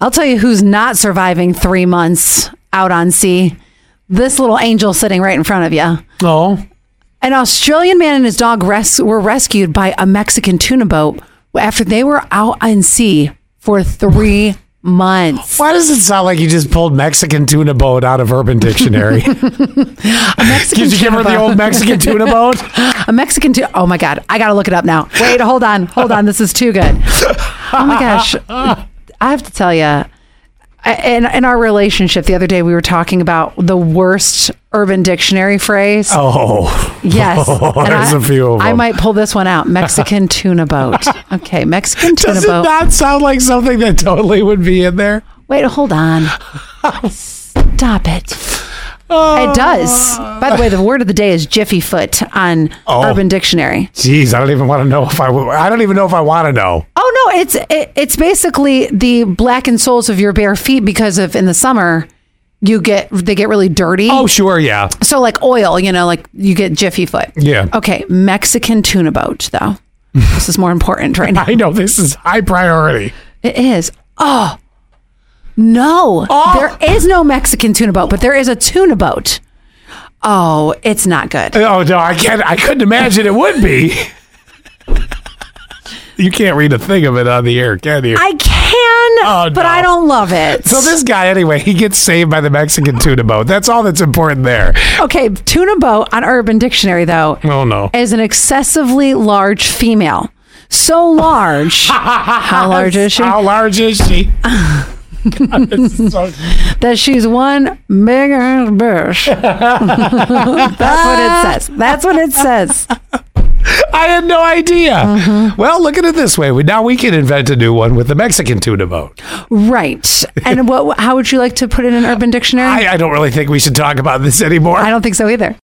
I'll tell you who's not surviving three months out on sea. This little angel sitting right in front of you. Oh, An Australian man and his dog res- were rescued by a Mexican tuna boat after they were out on sea for three months. why does it sound like you just pulled Mexican tuna boat out of Urban Dictionary? Did Mexican you give her the tuna old boat. Mexican tuna boat? A Mexican tuna. Oh my God. I got to look it up now. Wait, hold on. Hold on. This is too good. Oh my gosh. I have to tell you, in, in our relationship the other day, we were talking about the worst urban dictionary phrase. Oh, Yes. And there's I, a few of I them. might pull this one out. Mexican tuna boat. Okay, Mexican tuna Does it boat. not sound like something that totally would be in there? Wait, hold on. Stop it. Oh. It does. By the way, the word of the day is jiffy foot on Oh. Urban Dictionary. Jeez, I don't even want to know if I. w- I don't even know if I want to know. Oh no, it's it, it's basically the blackened soles of your bare feet because of in the summer you get they get really dirty. Oh, sure, yeah. so like oil, you know, like you get jiffy foot. Yeah. Okay, Mexican tuna boat though. this is more important right now. I know this is high priority. It is. Oh. No. Oh. There is no Mexican tuna boat, but there is a tuna boat. Oh, it's not good. Oh no, I can't. I couldn't imagine it would be. you can't read a thing of it on the air, can you? I can, Oh, but no. I don't love it. so this guy, anyway, he gets saved by the Mexican tuna boat. That's all that's important there. Okay, tuna boat on Urban Dictionary though. Oh no, As an excessively large female. So large. how large is she? How large is she? God, this is so- That she's one big ass bitch. That's what it says. That's what it says. I had no idea. Uh-huh. Well, look at it this way: we now we can invent a new one with the Mexican tuna boat. Right. And what how would you like to put it in Urban Dictionary? I, I don't really think we should talk about this anymore. I don't think so either.